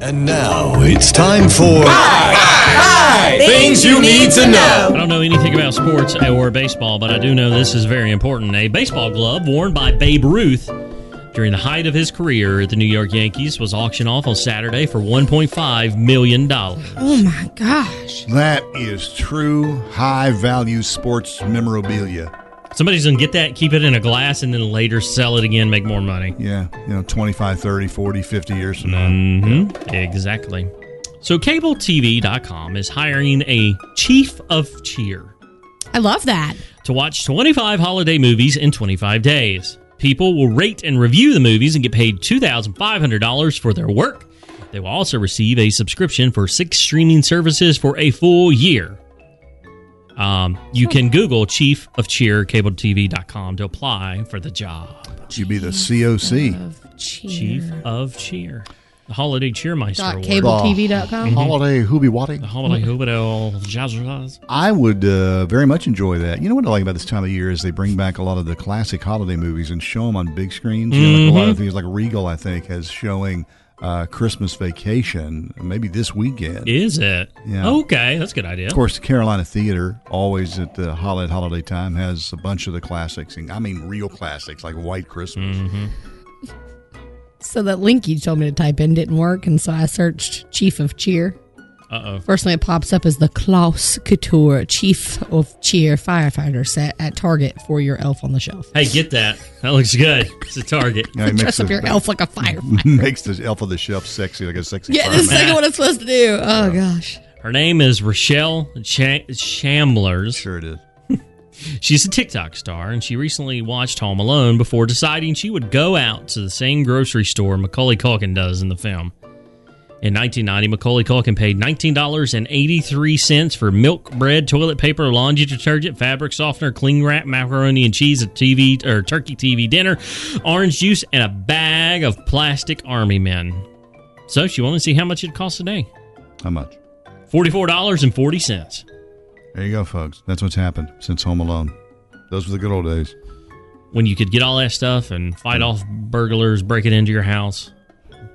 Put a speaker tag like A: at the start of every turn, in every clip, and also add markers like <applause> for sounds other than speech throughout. A: And now it's time for things you need to know.
B: I don't know anything about sports or baseball, but I do know this is very important. A baseball glove worn by Babe Ruth during the height of his career at the New York Yankees was auctioned off on Saturday for $1.5 million.
C: Oh my gosh.
D: That is true high value sports memorabilia.
B: Somebody's going to get that, keep it in a glass, and then later sell it again, make more money.
D: Yeah, you know, 25, 30, 40, 50 years from now.
B: hmm Exactly. So, CableTV.com is hiring a chief of cheer.
C: I love that.
B: to watch 25 holiday movies in 25 days. People will rate and review the movies and get paid $2,500 for their work. They will also receive a subscription for six streaming services for a full year. Um, you can Google Chief of Cheer CableTV.com to apply for the job.
D: You'd be the COC.
C: Of cheer.
B: Chief of Cheer, the Holiday Cheermeister
C: Dot
B: Award.
C: CableTV.com.
D: Holiday Hoobie Watty.
B: the Holiday Hoobadoo Jazz Jazz.
D: I would uh, very much enjoy that. You know what I like about this time of year is they bring back a lot of the classic holiday movies and show them on big screens. You know, like a lot of things like Regal, I think, has showing uh, Christmas Vacation maybe this weekend.
B: Is it?
D: Yeah.
B: Okay, that's a good idea.
D: Of course, the Carolina Theater, always at the holiday holiday time, has a bunch of the classics, and I mean real classics like White Christmas.
C: So that link you told me to type in didn't work, and so I searched Chief of Cheer.
B: Uh oh.
C: First thing that pops up is the Klaus Couture Chief of Cheer firefighter set at Target for your elf on the shelf.
B: Hey, get that. That looks good. It's a target.
D: You know, it makes
C: Dress up
D: the-
C: your elf like a
D: <laughs>
C: firefighter.
D: makes the elf of the shelf sexy, like a sexy.
C: yeah, this is
D: fireman.
C: like what it's supposed to do. Oh gosh.
B: Her name is Rochelle Cha- Shamblers.
D: sure it is.
B: She's a TikTok star, and she recently watched Home Alone before deciding she would go out to the same grocery store Macaulay Culkin does in the film. In 1990, Macaulay Culkin paid $19.83 for milk, bread, toilet paper, laundry detergent, fabric softener, cling wrap, macaroni and cheese, a TV or turkey TV dinner, orange juice, and a bag of plastic army men. So she wanted to see how much it costs a day.
D: How much?
B: $44.40.
D: There you go, folks. That's what's happened since Home Alone. Those were the good old days.
B: when you could get all that stuff and fight off burglars breaking into your house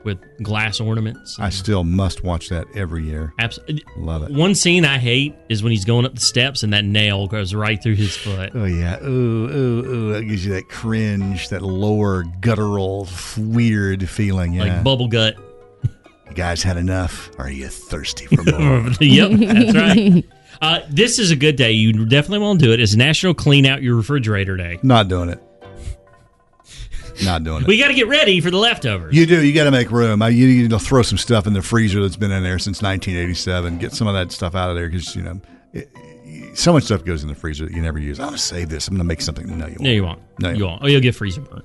B: with glass ornaments.
D: I still must watch that every year.
B: Abs-
D: Love it.
B: One scene I hate is when he's going up the steps and that nail goes right through his foot.
D: Oh yeah, ooh ooh ooh! That gives you that cringe, that lower guttural, weird feeling. Yeah,
B: Like bubble gut. <laughs>
D: you guys had enough. Are you thirsty
C: <laughs>
D: for more?
B: yep, that's
D: <laughs>
B: right. Uh, this is a good day. You definitely want to do it. It's National Clean Out Your Refrigerator Day.
D: Not doing it. Not doing it.
B: We got to get ready for the leftovers.
D: You do. You got to make room. I, you need to throw some stuff in the freezer that's been in there since 1987. Get some of that stuff out of there because you know, it, it- so much stuff goes in the freezer that you never use. I'm gonna save this. I'm gonna make something. No, you won't.
B: No, you won't.
D: No, you
B: you won't. Oh, you'll get freezing burn.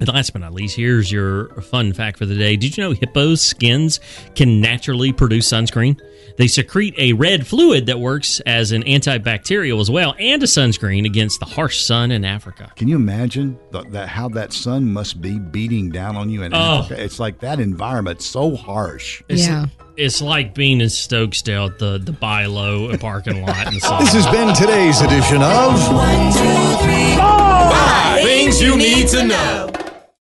B: And last but not least, here's your fun fact for the day. Did you know hippos' skins can naturally produce sunscreen? They secrete a red fluid that works as an antibacterial as well and a sunscreen against the harsh sun in Africa.
D: Can you imagine the, that how that sun must be beating down on you? And
B: Oh.
D: it's like that environment so harsh.
B: It's,
C: Yeah.
B: It's like being in Stokesdale at the, the buy low parking lot in the summer.
A: This has been today's edition of things you need to know.